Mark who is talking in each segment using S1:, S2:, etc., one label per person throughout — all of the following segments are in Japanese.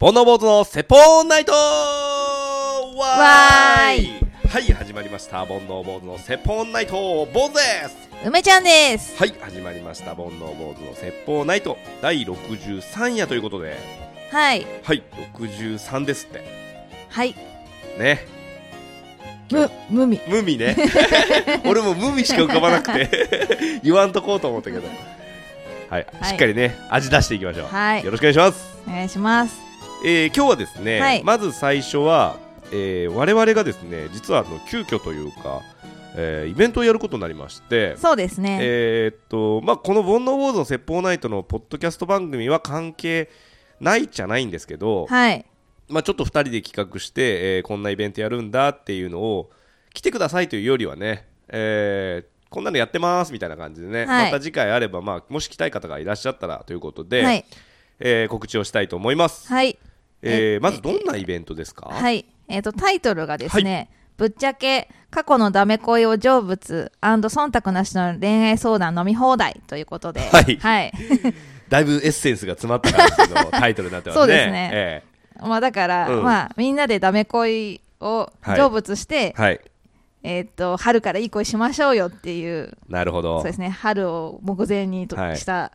S1: 煩悩坊主の説法ナイトわーいはい、始まりました。煩悩坊主の説法ナイト坊主です
S2: 梅ちゃんです。
S1: はい、始まりました。煩悩坊主の説法ナイト第63夜ということで、
S2: はい。
S1: はい、63ですって。
S2: はい。
S1: ね。
S2: む、無味。
S1: 無味 ね。俺も無味しか浮かばなくて、 言わんとこうと思ったけど。はい、
S2: はい
S1: しっかりね、味出していきましょう。
S2: はい
S1: よろしくお願いします。
S2: お願いします。
S1: えー今日はですね、
S2: はい
S1: まず最初は、えー我々がですね実はあの急遽というか、えーイベントをやることになりまして、
S2: そうですね。
S1: えーっとまあ、この「煩悩坊主の説法ナイト」のポッドキャスト番組は関係ないじゃないんですけど、
S2: はい。
S1: まあ、ちょっと2人で企画して、えーこんなイベントやるんだっていうのを来てくださいというよりはね、えーこんなのやってますみたいな感じでね、
S2: はい
S1: また次回あれば、まあ、もし来たい方がいらっしゃったらということで、
S2: はい。
S1: えー告知をしたいと思います。
S2: はい。
S1: え
S2: え
S1: ー、まずどんなイベントですか、
S2: はい。えっ、と、タイトルがですね、ぶっちゃけ、過去のダメ恋を成仏忖度なしの恋愛相談飲み放題ということで。
S1: はい
S2: はい。
S1: だいぶエッセンスが詰まった感じのタイトルになってますね。
S2: そうですね
S1: え
S2: まあだから、
S1: うん
S2: まあ、みんなでダメ恋を成仏して、
S1: えはい。
S2: えっ、と、春からいい恋しましょうよっていう、
S1: なるほ
S2: そ
S1: ど
S2: うで。すね、春を目前にと、
S1: はい
S2: した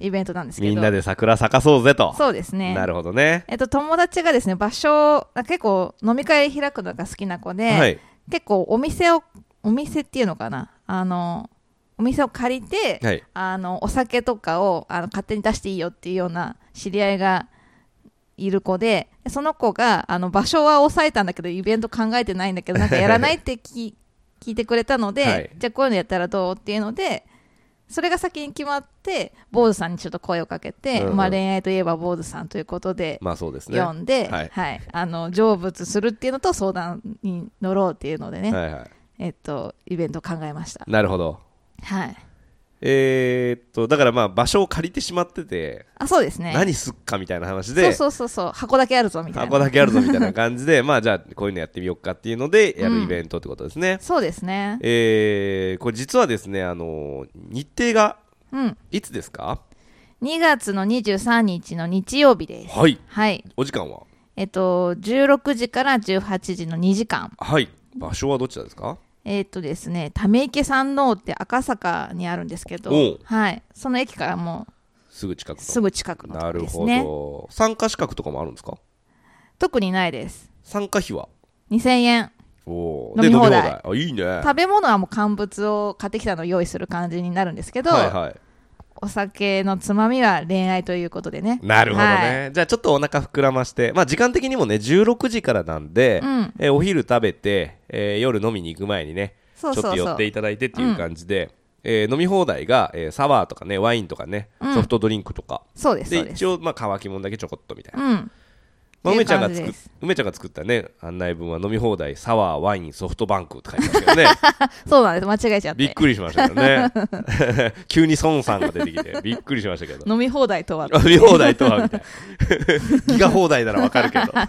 S2: イベントなんですけど。
S1: みんなで桜咲かそうぜと。
S2: そうですね。
S1: なるほどね。
S2: えっと、友達がですね場所をあ結構飲み会開くのが好きな子で、
S1: はい。
S2: 結構お店をお店っていうのかなあのお店を借りて、
S1: はい。
S2: あのお酒とかをあの勝手に出していいよっていうような知り合いがいる子でその子があの場所は抑えたんだけどイベント考えてないんだけどなんかやらない って聞聞いてくれたので、
S1: はい
S2: じゃあこういうのやったらどうっていうのでそれが先に決まって坊主さんにちょっと声をかけて、
S1: うんうん
S2: まあ、恋愛といえば坊主さんということで
S1: まあそうですね。
S2: 読んで、
S1: はい
S2: はい、あの成仏するっていうのと相談に乗ろうっていうのでね、
S1: はいは
S2: えっと、イベントを考えました
S1: い。。なるほど。
S2: はい、
S1: えー、っと、だからまあ場所を借りてしまってて、
S2: あそうですね
S1: 何すっかみたいな話
S2: そう
S1: で、
S2: そうそうそう箱だけあるぞみたいな
S1: 箱だけあるぞみたいな感じで、ま あじゃあこういうのやってみようかっていうので、やるイベントってことですね。
S2: そうですね
S1: えー、これ実はですね、あのー日程が
S2: うん
S1: いつですか
S2: 2月の23日の日曜日です
S1: はい。
S2: はい
S1: お時間は
S2: えっと16時から18時の2時間
S1: はい場所はどちらですか
S2: えっとですねため池山王って赤坂にあるんですけ
S1: おう
S2: ど、はい、その駅からも
S1: すぐ近く
S2: う
S1: と
S2: すぐ近くのと
S1: な
S2: こ
S1: る
S2: です
S1: ほ
S2: ね
S1: ど参加資格とかもあるんですか
S2: 特にないです
S1: 参加費は
S2: 2000円
S1: お
S2: 飲み放題
S1: あいいね
S2: 食べ物はもう乾物を買ってきたのを用意する感じになるんですけど、
S1: はいは
S2: お酒のつまみは恋愛ということでね
S1: いなるほど
S2: は
S1: ね、じゃあちょっとお腹膨らましてまあ時間的にもね16時からなんで、
S2: うん
S1: えーお昼食べて、えー夜飲みに行く前にね
S2: そうそうそう
S1: ちょっと寄っていただいてっていう感じで、えー飲み放題が、えーサワーとかねワインとかね、
S2: うん
S1: ソフトドリンクとか
S2: そうです
S1: で
S2: そうです
S1: 一応まあ乾き物だけちょこっとみたいな
S2: うん
S1: まあ、
S2: っ
S1: 梅
S2: ていう
S1: ちゃんが
S2: 感
S1: 作
S2: じ
S1: っ
S2: です
S1: 梅ちゃんが作ったね案内文は飲み放題サワーワインソフトバンクって書いてますけどね
S2: そうなんです間違えちゃって
S1: びっくりしましたけどね 急に孫さんが出てきてびっくりしましたけど
S2: 飲み放題と は確
S1: 飲み放題とはみたい なギガ放題ならわかるけど
S2: かに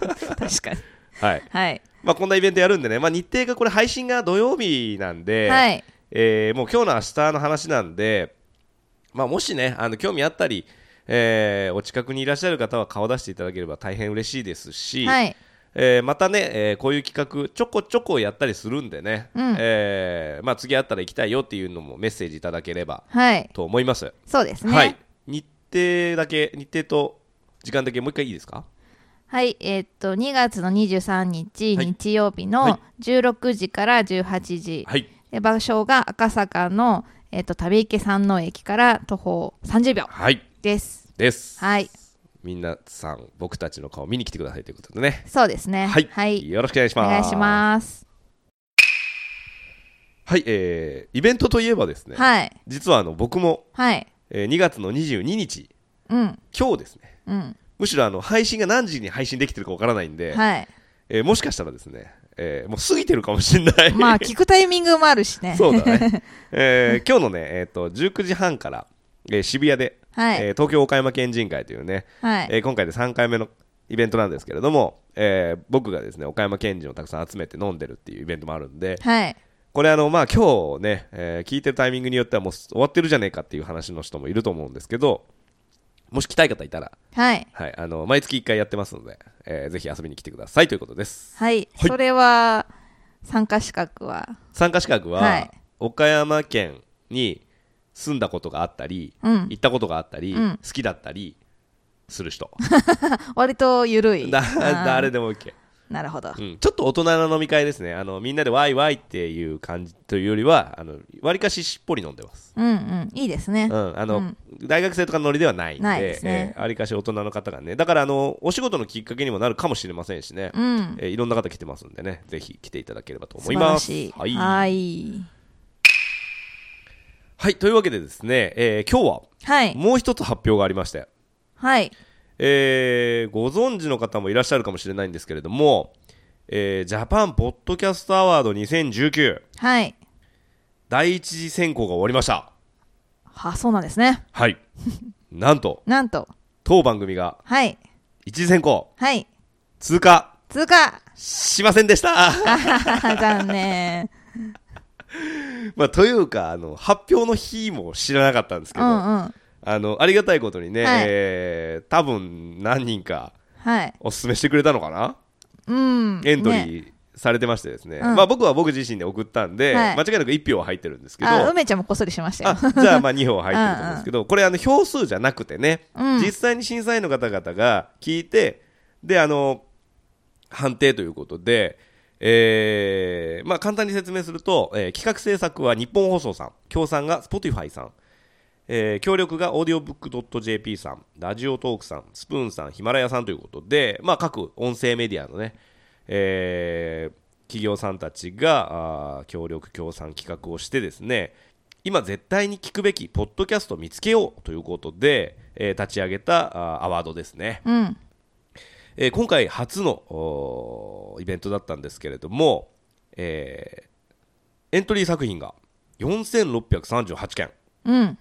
S1: はい
S2: はい
S1: まあこんなイベントやるんでね、まあ、日程がこれ配信が土曜日なんで、
S2: はい
S1: えーもう今日の明日の話なんで、まあ、もしねあの興味あったり、えーお近くにいらっしゃる方は顔出していただければ大変嬉しいですし、
S2: はい
S1: えーまたね、えーこういう企画ちょこちょこやったりするんでね、
S2: うん
S1: えーまあ、次あったら行きたいよっていうのもメッセージいただければ
S2: はい
S1: と思います、
S2: そうですね
S1: はい、日程だけ日程と時間だけもう一回いいですか
S2: はいえーっと2月の23日、
S1: はい
S2: 日曜日
S1: はい
S2: の16時から18時、
S1: はい
S2: で場所が赤坂のえーっと旅池山王駅から徒歩30秒
S1: はい
S2: です
S1: です、
S2: はい
S1: みんなさん僕たちの顔見に来てくださいということでね
S2: そうですね
S1: はい、
S2: はい、
S1: よろしくお願いし
S2: お
S1: ます
S2: 願いします
S1: はいえーイベントといえばですね、
S2: はい
S1: 実はあの僕も、
S2: はい
S1: えー2月の22日
S2: うん
S1: 今日ですね
S2: うん
S1: むしろあの配信が何時に配信できてるかわからないんで、
S2: はい
S1: えーもしかしたらですね、えーもう過ぎてるかもしれない。
S2: まあ 聞くタイミングもあるしね
S1: そうだ ね。えー今日のね、えっ、と、19時半から、えー渋谷で、
S2: はい、
S1: えー東京岡山県人会というね、
S2: はい
S1: えー今回で3回目のイベントなんですけれども、えー僕がですね、岡山県人をたくさん集めて飲んでるっていうイベントもあるんで、
S2: はい
S1: これあの、まあ今日ね、えー聞いてるタイミングによってはもう終わってるじゃねえかっていう話の人もいると思うんですけど、もし来たい方いたら、
S2: はい
S1: はい、あの毎月1回やってますので、えーぜひ遊びに来てくださいということです
S2: はい、それは参加資格は
S1: 参加資格は、
S2: はい
S1: 岡山県に住んだことがあったり、
S2: うん
S1: 行ったことがあったり、
S2: うん
S1: 好きだったりする 人
S2: 割と緩い
S1: だ
S2: あー
S1: 誰でも OK、
S2: なるほど、
S1: うん、ちょっと大人の飲み会ですねあのみんなでワイワイっていう感じというよりはあの割かししっぽり飲んでます
S2: うんうんいいですね、
S1: うん、あの、
S2: うん
S1: 大学生とかのノリではないんで、
S2: ないですね
S1: えーありかし大人の方がね、だからあのお仕事のきっかけにもなるかもしれませんしね、
S2: うん
S1: えーいろんな方来てますんでね、ぜひ来ていただければと思
S2: 素
S1: い
S2: 晴
S1: ま
S2: ら
S1: す。
S2: しい
S1: はい、
S2: は
S1: はい
S2: い
S1: というわけでですね、えー今日は
S2: はい
S1: もう一つ発表がありまして、
S2: はい
S1: えーご存知の方もいらっしゃるかもしれないんですけれども、えージャパンポッドキャストアワード2019
S2: はい
S1: 第一次選考が終わりました。
S2: はそうなんですね
S1: はい。なんと、
S2: なんと
S1: 当番組が
S2: はい
S1: 一次選考
S2: はい
S1: 通過
S2: 通過
S1: しませんで した
S2: 残念
S1: まあ、というかあの発表の日も知らなかったんですけ
S2: う
S1: ど、
S2: んうん
S1: あのありがたいことにね、
S2: はい
S1: えー多分何人か
S2: はい
S1: おすすめしてくれたのかな、
S2: うん
S1: エントリ
S2: ね
S1: ーされてましてですね、
S2: うん
S1: まあ、僕は僕自身で送ったんで、
S2: はい
S1: 間違いなく1票は入ってるんですけど
S2: あ
S1: あ
S2: 梅ちゃんもこっそりしましたよ
S1: じゃあまあ2票は入ってると思うんですけどこれあの票数じゃなくてね、
S2: うん
S1: 実際に審査員の方々が聞いてであの判定ということで、えーまあ、簡単に説明すると、えー企画制作は日本放送さん協賛が Spotify さん、えー協力がオーディオブックドット JP さんラジオトークさんスプーンさんヒマラヤさんということで、まあ、各音声メディアのね、えー企業さんたちがあー協力協賛企画をしてですね今絶対に聞くべきポッドキャストを見つけようということで、えー立ち上げたあーアワードですね。
S2: うん
S1: えー今回初のおーイベントだったんですけれども、えーエントリー作品が4638件、
S2: うん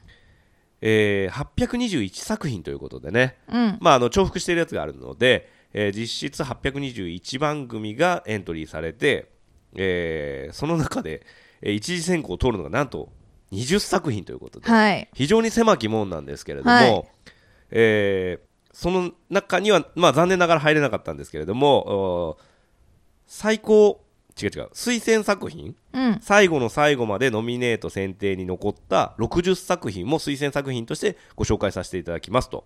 S1: えー821作品ということでね、
S2: うん
S1: まあ、あの重複しているやつがあるので、えー実質821番組がエントリーされて、えーその中で、えー一次選考を通るのがなんと20作品ということで、
S2: はい
S1: 非常に狭き門なんですけれども、
S2: はい
S1: えーその中には、まあ、残念ながら入れなかったんですけれどもおー最高違う違う推薦作品
S2: うん
S1: 最後の最後までノミネート選定に残った60作品も推薦作品としてご紹介させていただきますと、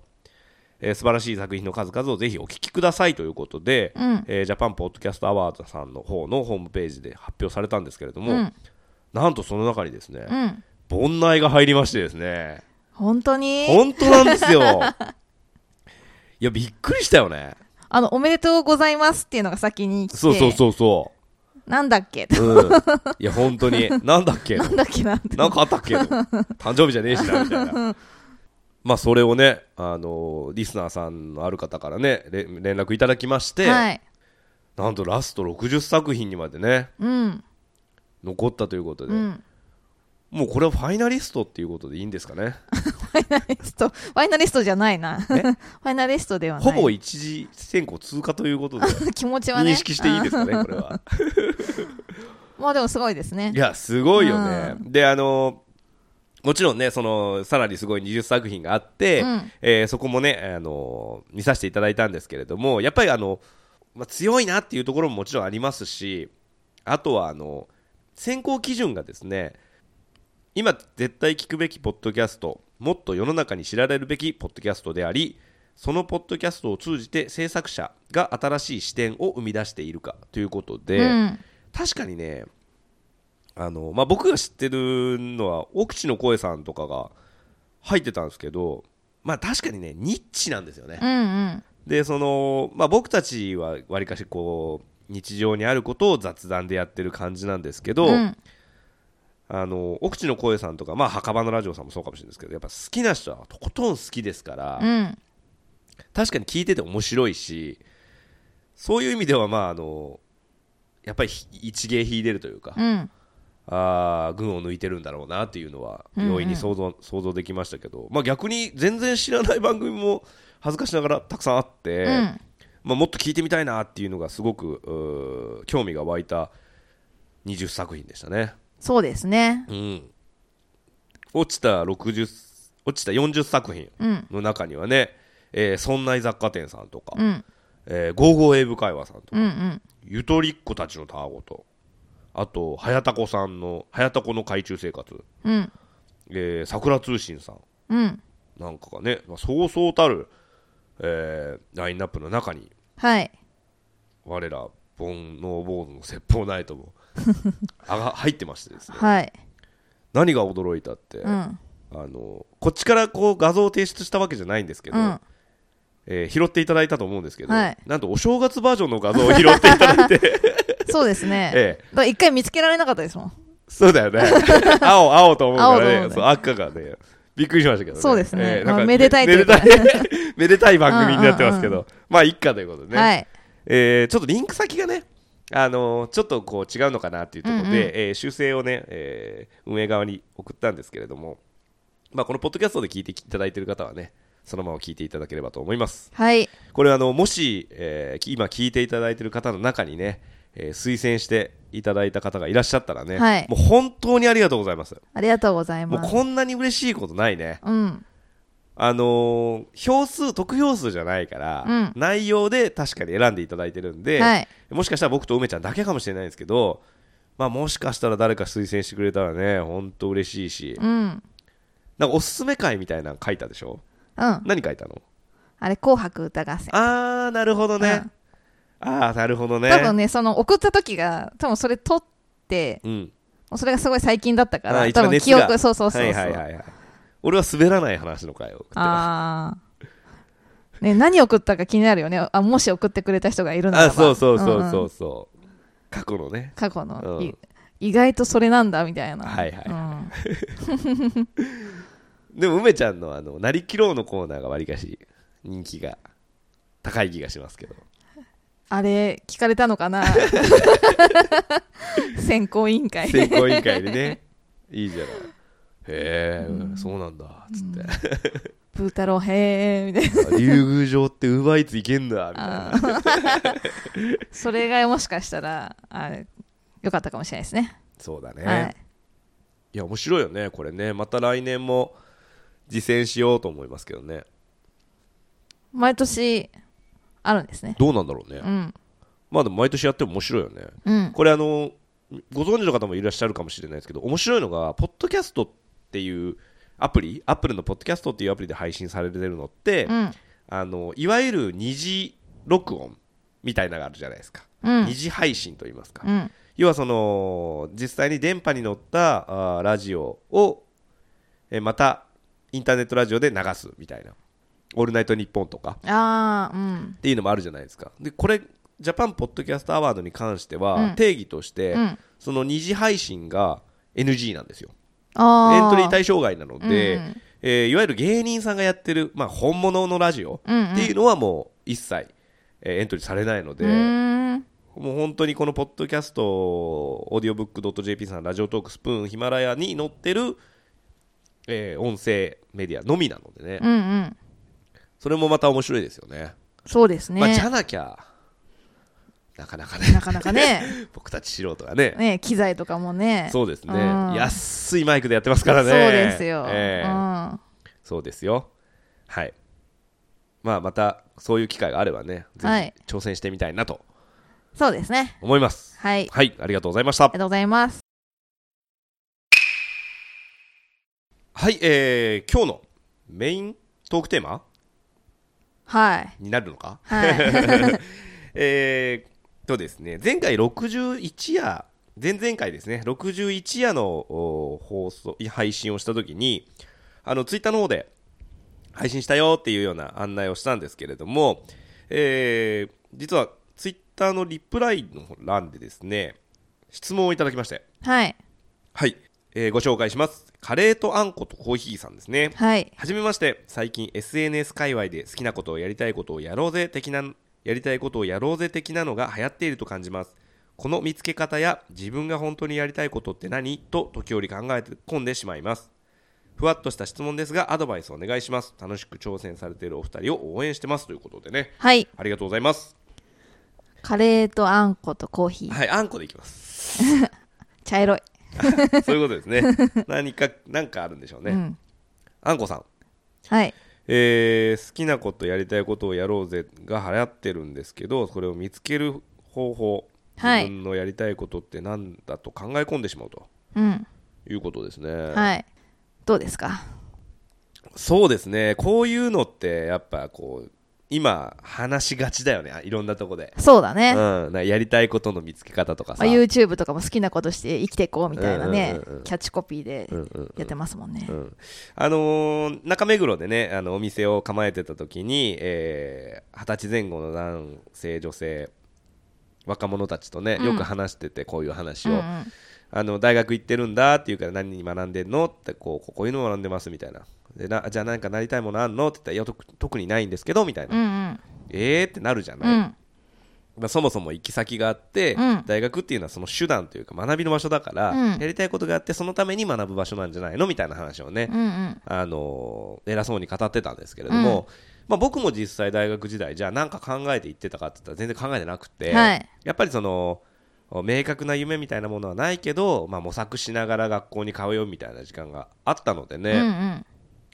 S1: えー素晴らしい作品の数々をぜひお聞きくださいということで、
S2: うん
S1: えージャパンポッドキャストアワードさんの方のホームページで発表されたんですけれども、
S2: うん
S1: なんとその中にですね、
S2: うん
S1: 盆内が入りましてですね
S2: 本当に
S1: 本当なんですよ いやびっくりしたよね
S2: あの、おめでとうございますっていうのが先に来て、
S1: そうそうそうそ
S2: なんだっけ な
S1: う、うん、いや本当になんだっけ
S2: んだっけなんだ
S1: なんかあったっけ誕生日じゃねえしなみたい なまあそれをね、あのリスナーさんのある方からねれ連絡いただきまして、
S2: はい。
S1: なんとラスト60作品にまでね
S2: うん。
S1: 残ったということで、
S2: うん。
S1: もうこれはファイナリストっていうことでいいんですかね
S2: ファイナリスト、ファイナリストじゃない な。フ
S1: え
S2: ァイナリストではな
S1: ほ
S2: い。
S1: ぼ一次選考通過ということで
S2: 気持ちはね。
S1: 認識していいですかねこれは
S2: うんまあでもすごいですね
S1: い。やすごいよね、であのもちろんねそのさらにすごい20作品があって、
S2: うん
S1: えーそこもねあの見させていただいたんですけれどもやっぱりあの、まあ、強いなっていうところももちろんありますしあとはあの選考基準がですね今絶対聞くべきポッドキャストもっと世の中に知られるべきポッドキャストでありそのポッドキャストを通じて制作者が新しい視点を生み出しているかということで、
S2: うん。
S1: 確かにねあの、まあ、僕が知ってるのは奥地の声さんとかが入ってたんですけど、まあ、確かにねニッチなんですよね
S2: う、んうん。
S1: でその、まあ、僕たちはわりかしこう日常にあることを雑談でやってる感じなんですけど、
S2: うん
S1: あの奥地の声さんとか、まあ、墓場のラジオさんもそうかもしれないですけどやっぱ好きな人はとことん好きですから、
S2: うん。
S1: 確かに聞いてて面白いしそういう意味ではまああのやっぱりひ一芸秀でるというか、
S2: うん。
S1: あー群を抜いてるんだろうなっていうのは
S2: うんうん
S1: 容易に想像,、想像できましたけど、まあ、逆に全然知らない番組も恥ずかしながらたくさんあって、
S2: うん。
S1: まあ、もっと聞いてみたいなっていうのがすごくうー興味が湧いた20作品でしたね。
S2: そうですね。
S1: うん、落ちた60落ちた40作品
S2: うん
S1: の中にはね、えー、そんない雑貨店さんとか、
S2: うん
S1: えー、ゴーゴー英語会話さんとか、
S2: うんうん
S1: ゆとりっ子たちのたわごと、あと、はやたこさんの、はやたこの海中生活、
S2: うん
S1: えー、桜通信さん
S2: うん
S1: なんかがね、まあ、そうそうたる、えー、ラインナップの中に、
S2: はい
S1: 我ら、煩悩坊主の説法ナイト もあが入ってましてですね、
S2: はい
S1: 何が驚いたって、
S2: うん
S1: あのこっちからこう画像を提出したわけじゃないんですけど、
S2: うん
S1: えー拾っていただいたと思うんですけど、
S2: はい
S1: なんとお正月バージョンの画像を拾っていた だいて、
S2: そうですね
S1: ええ
S2: だから一回見つけられなかったですもん
S1: そうだよね 青青と思うから
S2: 青と思う
S1: ね
S2: ね
S1: そう赤がねびっくりしましたけどね
S2: そうですね
S1: えー
S2: まあめでたいと
S1: め
S2: い
S1: で
S2: うか
S1: たいめでたい 番組になってますけど、
S2: うん
S1: まあ一家ということでね、
S2: はい
S1: えーちょっとリンク先がねあのーちょっとこう違うのかなっていうところで、
S2: うんうん
S1: えー修正をね、えー運営側に送ったんですけれども、まあ、このポッドキャストで聞いていただいている方はねそのまま聞いていただければと思います
S2: はい
S1: これあのもし、えーき今聞いていただいている方の中にね、えー推薦していただいた方がいらっしゃったらね、
S2: はい
S1: もう本当にありがとうございます
S2: ありがとうござい
S1: もう
S2: ます
S1: こんなに嬉しいことないね
S2: うん
S1: あのー票数得票数じゃないから、
S2: うん
S1: 内容で確かに選んでいただいてるんで、
S2: はい
S1: もしかしたら僕と梅ちゃんだけかもしれないんですけど、まあ、もしかしたら誰か推薦してくれたらね本当嬉しいし、
S2: うん
S1: なんかおすすめ会みたいなの書いたでしょ
S2: うん
S1: 何書いたの
S2: あれ紅白歌合戦
S1: あーなるほどね、あーなるほどね
S2: 多分ねその送った時が多分それ撮って
S1: うん
S2: もうそれがすごい最近だったか
S1: あ
S2: ら
S1: 一番
S2: 多分
S1: 熱
S2: 記
S1: が
S2: 憶そうそうそうそう、
S1: はいはいはいはい俺は滑らない話の回を送ってま
S2: ああ、ね、何送ったか気になるよねあもし送ってくれた人がいる
S1: す
S2: なら
S1: あ
S2: ば
S1: そうそうそうそ
S2: ん
S1: うんそう、過去のね
S2: 過去の、
S1: うん
S2: い意外とそれなんだみたいな
S1: はいはい
S2: うん
S1: でも梅ちゃんのあの「なりきろう」のコーナーがわりかし人気が高い気がしますけど
S2: あれ聞かれたの かな選考委員会
S1: 選考委員会でね いいじゃないへえ、そうなんだつって、
S2: ブー太郎へえみたいな
S1: あ竜宮城ってウーバーイーツいけんだみたいな
S2: あーそれがもしかしたらあれよかったかもしれないですね、
S1: そうだね、
S2: はいい、、
S1: や面白いよねこれねまた来年も実践しようと思いますけどね
S2: 毎年あるんですね
S1: どうなんだろうね、
S2: うん
S1: まあでも毎年やっても面白いよね
S2: うん
S1: これあのご存知の方もいらっしゃるかもしれないですけど面白いのがポッドキャストっていうアプリアップルのポッドキャストっていうアプリで配信されてるのって、
S2: うん
S1: あのいわゆる二次録音みたいなのがあるじゃないですか、
S2: うん
S1: 二次配信といいますか、
S2: うん
S1: 要はその実際に電波に乗ったあーラジオをえーまたインターネットラジオで流すみたいな「オールナイトニッポン」とか
S2: ああうん
S1: っていうのもあるじゃないですかでこれジャパンポッドキャストアワードに関して
S2: う
S1: は
S2: ん
S1: 定義として、
S2: うん
S1: その二次配信が NG なんですよ
S2: あ
S1: エントリー対象外なので、
S2: うんうん
S1: えーいわゆる芸人さんがやってる、まあ、本物のラジオ
S2: うんうん
S1: っていうのはもう一切、えーエントリーされないので、
S2: うーん
S1: もう本当にこのポッドキャストオーディオブックドット JP さんラジオトークスプーンヒマラヤに載ってる、えー音声メディアのみなのでね、
S2: うんうん
S1: それもまた面白いですよね、
S2: そうですね、
S1: まあ、じゃなきゃなかなかね
S2: なかなかね
S1: 僕たち素人がね
S2: ね機材とかもね
S1: そうですね、
S2: うん
S1: 安いマイクでやってますからね
S2: そうですよ、
S1: えー
S2: うん
S1: そうですよはいまあまたそういう機会があればね
S2: は
S1: ぜ
S2: い
S1: ひ挑戦してみたいなと
S2: そうですね
S1: 思います、
S2: はいあり
S1: はい、ありがとうございました
S2: がとうございます
S1: はい、えー、今日のメイントークテーマ
S2: はい
S1: になるのか、
S2: はい
S1: えー、とですね、前回61夜、前々回ですね、61夜のお放送、配信をしたときに、あの、ツイッターの方で配信したよっていうような案内をしたんですけれども、えー、実はツイッターのリプライの欄でですね、質問をいただきまして、
S2: はい
S1: はい、えーご紹介します。カレーとあんことコーヒーさんですね。
S2: はい
S1: はじめまして最近 SNS 界隈で好きなことをやりたいことをやろうぜ的なやりたいことをやろうぜ的なのが流行っていると感じますこの見つけ方や自分が本当にやりたいことって何と時折考えて込んでしまいますふわっとした質問ですがアドバイスお願いします楽しく挑戦されているお二人を応援してますということでね
S2: はい
S1: ありがとうございます
S2: カレーとあんことコーヒー
S1: はいあんこでいきます
S2: 茶色い
S1: そういうことですね何か何かあるんでしょうね、
S2: うん
S1: あんこさん
S2: はい
S1: えー好きなことやりたいことをやろうぜが流行ってるんですけどそれを見つける方法
S2: は
S1: 自
S2: い
S1: 分のやりたいことってなんだと考え込んでしまうと
S2: うん
S1: いうことですね、
S2: はいどうですか
S1: そうですねこういうのってやっぱこう今話しがちだよねあいろんなとこで、
S2: そうだ
S1: う
S2: ね、
S1: ん、
S2: ま
S1: なんかやりたいことの見つけ方とか
S2: あ、
S1: さ、
S2: YouTube とかも好きなことして生きていこうみたいなね、
S1: うんうんうんうん
S2: キャッチコピーで
S1: うんうん
S2: やってますもんね、
S1: うんあのー中目黒でねあのお店を構えてた時にえー二十、歳前後の男性女性若者たちとね、
S2: うん
S1: よく話しててこういう話を、
S2: うんうん
S1: あの大学行ってるんだって言うから何に学んでんのってこうここういうのを学んでますみたいなでなじゃあ何かなりたいものあんのって言ったらいや特特にないんですけどみたいな、
S2: うん
S1: えーってなるじゃ
S2: う
S1: ない、
S2: ん
S1: まあ、そもそも行き先があって、
S2: うん
S1: 大学っていうのはその手段というか学びの場所だから、
S2: うん
S1: やりたいことがあってそのために学ぶ場所なんじゃないのみたいな話をね、
S2: うんうん
S1: あのー偉そうに語ってたんですけれども、まあ、僕も実際大学時代じゃあ何か考えて行ってたかって言ったら全然考えてなくて、
S2: はい
S1: やっぱりその明確な夢みたいなものはないけど、まあ、模索しながら学校に通うみたいな時間があったのでね、
S2: うんうん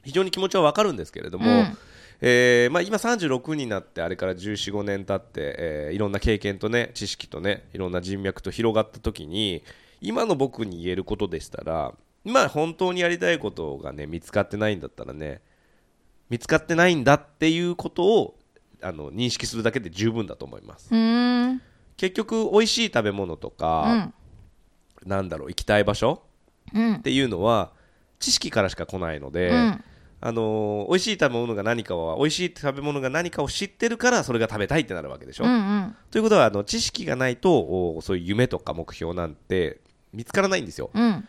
S1: 非常に気持ちはわかるんですけれども、
S2: うん
S1: えーまあ、今36になってあれから1415年経って、えーいろんな経験とね知識とねいろんな人脈と広がった時に今の僕に言えることでしたら今本当にやりたいことがね見つかってないんだったらね見つかってないんだっていうことをあの認識するだけで十分だと思います
S2: うーん
S1: 結局美味しい食べ物とか、なんだろう行きたい場所
S2: うん
S1: っていうのは知識からしか来ないので、
S2: うん
S1: あのー美味しい食べ物が何かは美味しい食べ物が何かを知ってるからそれが食べたいってなるわけでしょ、
S2: うんうん
S1: ということはあの知識がないとおーそういう夢とか目標なんて見つからないんですよ
S2: うん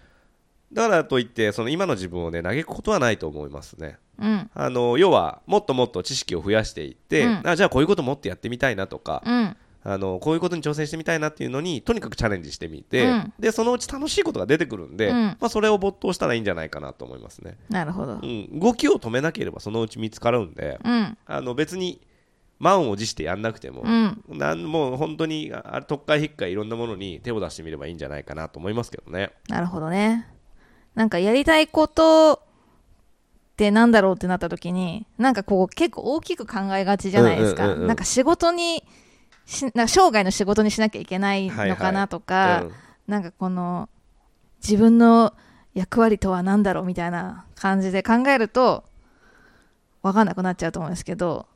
S1: だからといってその今の自分をね嘆くことはないと思いますね
S2: うん
S1: あのー要はもっともっと知識を増やしていって、
S2: うん
S1: あじゃあこういうこともっとやってみたいなとか、
S2: うん
S1: あのこういうことに挑戦してみたいなっていうのにとにかくチャレンジしてみて、
S2: うん
S1: でそのうち楽しいことが出てくるんで、
S2: うん
S1: まあ、それを没頭したらいいんじゃないかなと思いますね、
S2: なるほ
S1: う
S2: ど
S1: ん、動きを止めなければそのうち見つかるんで
S2: うん
S1: あの別に満を持してやんなくても、
S2: うん
S1: なんもう本当にああ特会引っかいいろんなものに手を出してみればいいんじゃないかなと思いますけどね
S2: なるほどねなんかやりたいことってなんだろうってなった時になんかこう結構大きく考えがちじゃないですか、
S1: うんうんうんうん
S2: なんか仕事にしなんか生涯の仕事にしなきゃいけないのかなとか、
S1: うん
S2: なんかこの自分の役割とは何だろうみたいな感じで考えると分かんなくなっちゃうと思うんですけど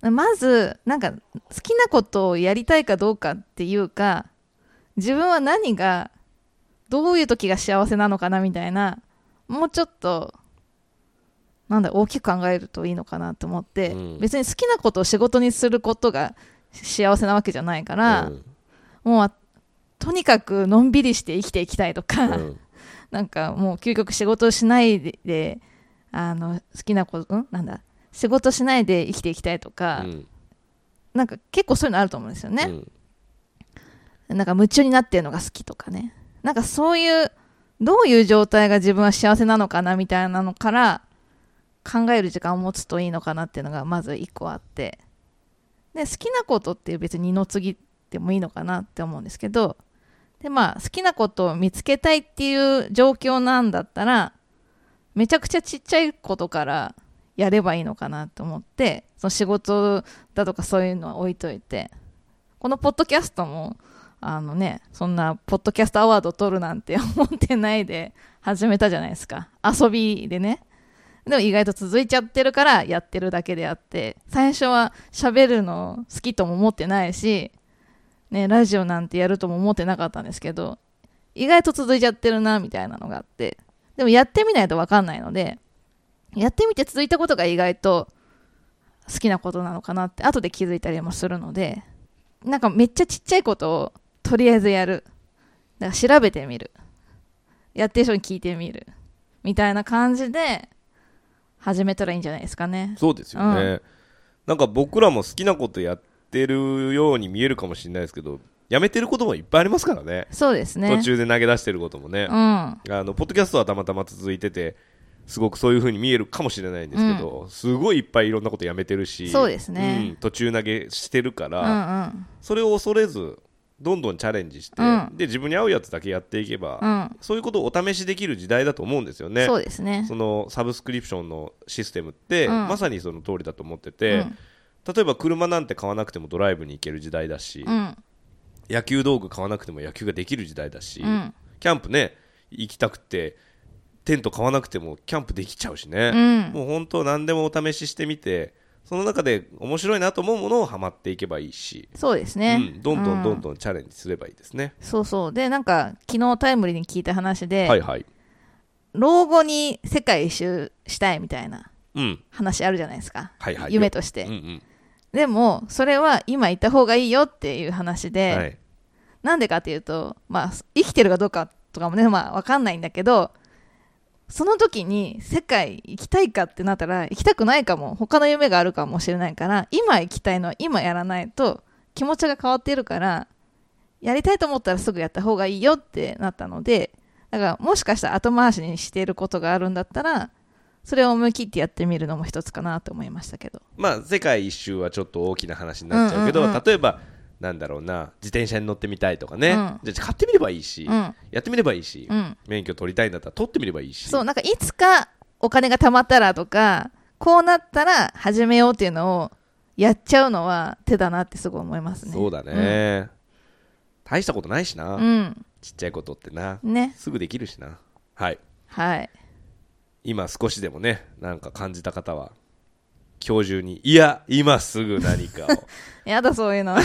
S2: まずなんか好きなことをやりたいかどうかっていうか自分は何がどういう時が幸せなのかなみたいなもうちょっとなんだ大きく考えるといいのかなと思って、
S1: うん
S2: 別に好きなことを仕事にすることが幸せなわけじゃないから、
S1: うん
S2: もうあとにかくのんびりして生きていきたいとか、
S1: うん
S2: なんかもう究極仕事をしないであの好きなことんなんだ仕事しないで生きていきたいとか、
S1: うん
S2: なんか結構そういうのあると思うんですよ
S1: う
S2: ね、
S1: ん
S2: なんか夢中になってるのが好きとかねなんかそういうどういう状態が自分は幸せなのかなみたいなのから考える時間を持つといいのかなっていうのがまず一個あってで好きなことって別に二の次でもいいのかなって思うんですけどでまあ好きなことを見つけたいっていう状況なんだったらめちゃくちゃちっちゃいことからやればいいのかなと思ってその仕事だとかそういうのは置いといてこのポッドキャストもあのねそんなポッドキャストアワード取るなんて思ってないで始めたじゃないですか遊びでねでも意外と続いちゃってるからやってるだけであって最初は喋るの好きとも思ってないし、ね、ラジオなんてやるとも思ってなかったんですけど意外と続いちゃってるなみたいなのがあってでもやってみないと分かんないのでやってみて続いたことが意外と好きなことなのかなって後で気づいたりもするのでなんかめっちゃちっちゃいことをとりあえずやるだから調べてみるやってる人に聞いてみるみたいな感じで始めたらいいんじゃないですかね
S1: そうですよね、
S2: うん
S1: なんか僕らも好きなことやってるように見えるかもしれないですけどやめてることもいっぱいありますからね
S2: そうですね
S1: 途中で投げ出してることもね、
S2: うん
S1: あのポッドキャストはたまたま続いててすごくそういう風に見えるかもしれないんですけど、すごいいっぱいいろんなことやめてるし
S2: そうですね
S1: うん途中投げしてるか
S2: う
S1: ら、
S2: んうん
S1: それを恐れずどんどんチャレンジして、
S2: うん
S1: で自分に合うやつだけやっていけば、
S2: うん
S1: そういうことをお試しできる時代だと思うんですよね。
S2: そうですね
S1: そのサブスクリプションのシステムって、
S2: うん
S1: まさにその通りだと思ってて、
S2: うん
S1: 例えば車なんて買わなくてもドライブに行ける時代だし、
S2: うん
S1: 野球道具買わなくても野球ができる時代だし、
S2: うん
S1: キャンプね行きたくてテント買わなくてもキャンプできちゃうしね、
S2: うん
S1: もう本当何でもお試ししてみてその中で面白いなと思うものをハマっていけばいいし、
S2: そうですね、
S1: うん、どんどんどん
S2: う
S1: どんチャレンジすればいいですね、
S2: そうそうでなんか昨日タイムリーに聞いた話で、
S1: はいはい
S2: 老後に世界一周したいみたいな
S1: うん
S2: 話あるじゃないですか、
S1: はいはい
S2: 夢として、
S1: うんうん
S2: でもそれは今行った方がいいよっていう話で、
S1: はい、
S2: なんでかっていうと、まあ、生きてるかどうかとかもね、まあ、わかんないんだけどその時に世界行きたいかってなったら行きたくないかも他の夢があるかもしれないから今行きたいのは今やらないと気持ちが変わっているからやりたいと思ったらすぐやった方がいいよってなったのでだからもしかしたら後回しにしていることがあるんだったらそれを思い切ってやってみるのも一つかなと思いましたけど
S1: まあ世界一周はちょっと大きな話になっちゃうけど、
S2: うんうんうん
S1: 例えばなんだろうな自転車に乗ってみたいとかね、
S2: うん
S1: じゃあ買ってみればいいし、
S2: うん
S1: やってみればいいし、
S2: うん
S1: 免許取りたいんだったら取ってみればいいし
S2: そうなんかいつかお金が貯まったらとかこうなったら始めようっていうのをやっちゃうのは手だなってすごい思いますね
S1: そうだね、大したことないしな、
S2: うん、
S1: ちっちゃいことってな
S2: うん、ね
S1: すぐできるしなはい
S2: はい
S1: 今少しでもねなんか感じた方は今日中にいや今すぐ何かを
S2: やだそうい うの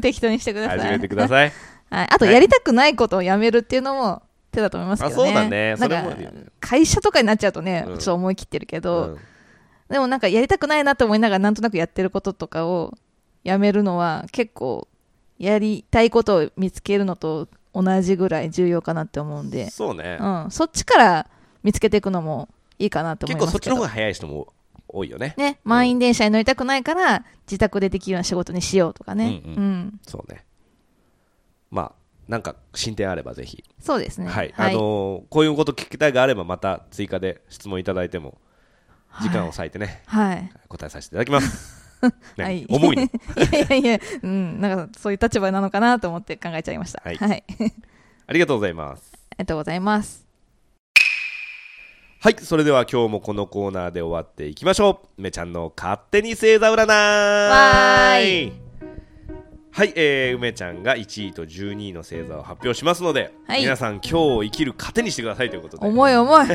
S2: 適当にしてください
S1: 始めてください
S2: はい、あと
S1: はい
S2: やりたくないことをやめるっていうのも手だと思いますけど
S1: あ
S2: ね
S1: そうだね
S2: なん
S1: それも
S2: か
S1: あるよね
S2: 会社とかになっちゃうとね、
S1: うん
S2: ちょっと思い切ってるけど、
S1: うん
S2: でもなんかやりたくないなと思いながらなんとなくやってることとかをやめるのは結構やりたいことを見つけるのと同じぐらい重要かなって思うんで、
S1: そうね、
S2: うん、そっちから見つけていくのもいいかなと思
S1: 結
S2: い
S1: 構
S2: ます
S1: そっ
S2: け
S1: ち
S2: ど
S1: の方が早い人も多いよね
S2: ね、満員電車に乗りたくないから自宅でできるような仕事にしようとかね、
S1: う
S2: うんん
S1: うそうねまあなんか進展あればぜひ
S2: そうですね
S1: はい、あのーこういうこと聞きたいがあればまた追加で質問いただいても時間を割いてね、
S2: はい
S1: 答えさせていただき ます。ね
S2: はい
S1: 重いね
S2: いやいやいや、うん、なんかそういう立場なのかなと思って考えちゃいました。
S1: はい
S2: はい、あり
S1: ありがとうございます。
S2: がとうございます。
S1: はい、それでは今日もこのコーナーで終わっていきましょう。梅ちゃんの勝手に星座占い
S2: わーい
S1: はい、えー、梅ちゃんが1位と12位の星座を発表しますので、
S2: はい
S1: 皆さん今日を生きる糧にしてくださいということで。
S2: 重い重い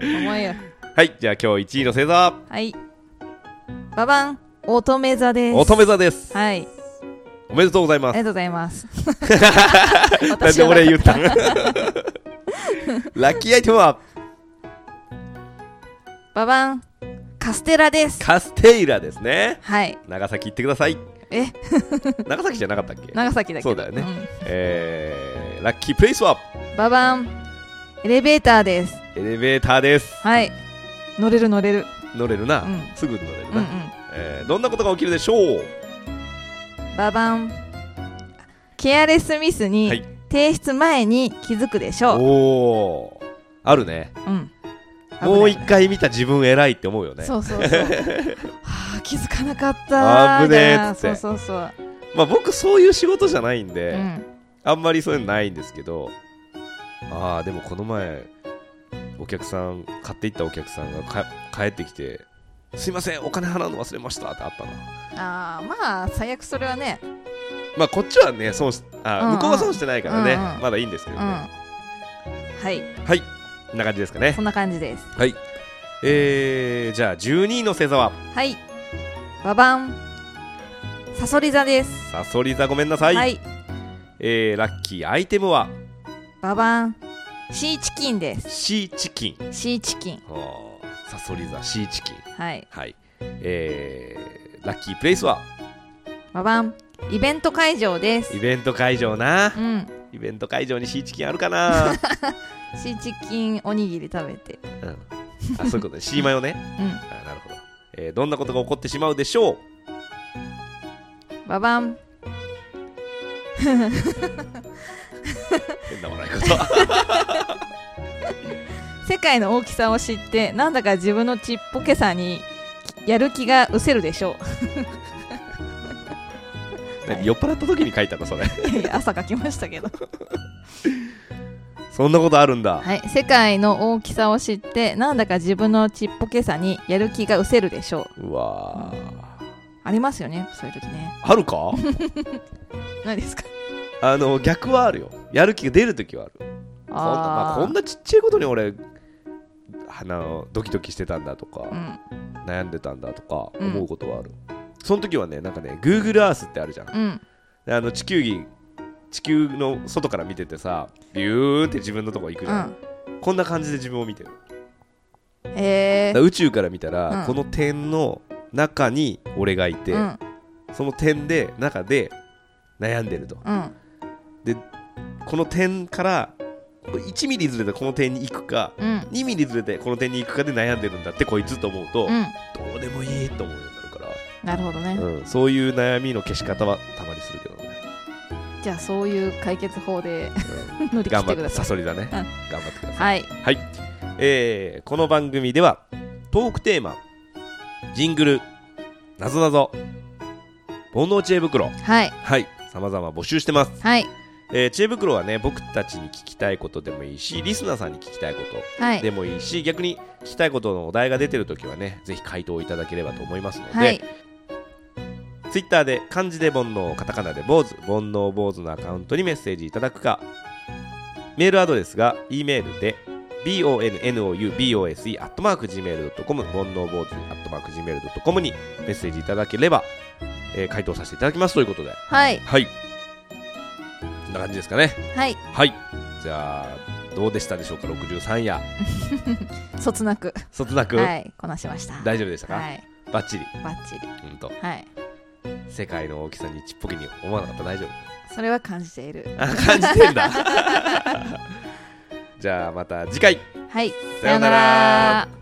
S2: 重いよ
S1: はい、じゃあ今日1位の星座は
S2: はいババン乙女座です
S1: 乙女座です。
S2: はい
S1: おめでとうござい
S2: あ
S1: ま
S2: り
S1: す。
S2: がとうございます
S1: なん
S2: 私
S1: で
S2: は
S1: 俺言ったんラッキーアイテムは
S2: ババンカステラです
S1: カステイラですね。
S2: はい
S1: 長崎行ってください。
S2: え
S1: 長崎じゃなかったっけ
S2: 長崎だけど
S1: そうだよねえー、ラッキープレイスは
S2: うんババンエレベーターです
S1: エレベーターです。
S2: はい乗れる乗れる
S1: 乗れるな。
S2: うん
S1: すぐ乗れる
S2: うん
S1: な、
S2: うん
S1: えーどんなことが起きるでしょう
S2: ババンケアレスミス
S1: は
S2: に
S1: い
S2: 提出前に気づくでしょ
S1: おー。あるね。
S2: う、うん危ない
S1: もう一回見た自分偉いって思うよね。
S2: そう そうそうはあ気づかなかった
S1: 危ねえ
S2: みたいな
S1: っつって
S2: そうそうそう
S1: まあ僕そういう仕事じゃないんで、
S2: うん
S1: あんまりそういうのないんですけど、ああ、でもこの前、お客さん、買っていったお客さんがか帰ってきて、すいません、お金払うの忘れましたってあったな。
S2: ああまあ最悪それはね
S1: まあこっちはね、損し
S2: うん
S1: あ
S2: うん
S1: 向こうは損してないからね、
S2: うんうん
S1: まだいいんですけど
S2: うん
S1: ね。
S2: はい
S1: はい、こんな感じですかね
S2: そ。んな感じです
S1: はい。えー、じゃあ12位の星座は、
S2: はいババンサソリ座です
S1: サソリ座ごめんなさい。えー、ラッキーアイテムは、
S2: ババンシーチキンです
S1: シーチキン。
S2: シーチキン
S1: あーサソリ座、シーチキン。
S2: はい
S1: はい。えー、ラッキープレイスは、
S2: ババンイベント会場です
S1: イベント会場な
S2: う。ん
S1: イベント会場にシーチキンあるかな、
S2: シーチキンおにぎり食べて
S1: うん、あ、そういうことね。シーマヨね。
S2: うん
S1: あなるほど。えー、どんなことが起こってしまうでしょう
S2: ババン
S1: 変な笑い方。
S2: 世界の大きさを知ってなんだか自分のちっぽけさにやる気が失せるでしょう
S1: 何酔っ払った時に書いたのそれ
S2: いやいや朝書きましたけど
S1: そんなことあるんだ、
S2: はい世界の大きさを知ってなんだか自分のちっぽけさにやる気が失せるでしょう
S1: うわー
S2: ありますよねそういう時ね
S1: あるか
S2: ないです か
S1: あの逆はあるよやる気が出る時はあるこんな,、まあ、こんなちっちゃいことに俺あのドキドキしてたんだとか、悩んでたんだとか
S2: うん
S1: 思うことはある、その時はねなんかね Google Earth ってあるじゃん
S2: うんうん
S1: であの地球儀地球の外から見ててさビューンって自分のとこ行くじ
S2: う
S1: ゃん、
S2: ん
S1: こんな感じで自分を見てる
S2: え
S1: だから宇宙から見たら、
S2: うん
S1: この点の中に俺がいて、
S2: ー、うん
S1: その点で中で悩んでると
S2: うん
S1: この点から1ミリずれてこの点に行くか
S2: うん
S1: 2ミリずれてこの点に行くかで悩んでるんだってこいつと思うと、
S2: うん
S1: どうでもいいと思うようになるか
S2: なるほどね、
S1: ら、うん、そういう悩みの消し方はたまにするけどね、
S2: じゃあそういう解決法で
S1: うん
S2: 乗り切
S1: 頑
S2: っ
S1: 張
S2: て
S1: っ
S2: く
S1: て
S2: ださ
S1: サ
S2: い
S1: ソリだね、
S2: うん
S1: 頑張ってください、
S2: はい
S1: えーこの番組ではトークテーマジングルなぞなぞ煩悩知恵袋
S2: はい
S1: はい様々募集してます、
S2: はい
S1: えー知恵袋はね僕たちに聞きたいことでもいいしリスナーさんに聞きたいこと
S2: はい
S1: でもいいし逆に聞きたいことのお題が出てるときはねぜひ回答いただければと思いますので、
S2: はい
S1: ツイッターで漢字で煩悩カタカナで坊主煩悩坊主のアカウントにメッセージいただくかメールアドレスが E メールで bonoubose.gmail.com 煩悩坊主 .gmail.com にメッセージいただければ、えー回答させていただきますということで
S2: はい
S1: はいこんな感じですかね
S2: はい
S1: はいじゃあどうでしたでしょうか63夜
S2: そつなく
S1: そつなく、
S2: はいこなしました
S1: 大丈夫でしたか、
S2: はい
S1: バッチリ
S2: バッチリ
S1: うんと
S2: はい
S1: 世界の大きさにちっぽけに思わなかった大丈夫
S2: それは感じている
S1: あ感じてんだ じゃあまた次回
S2: はい
S1: さようなら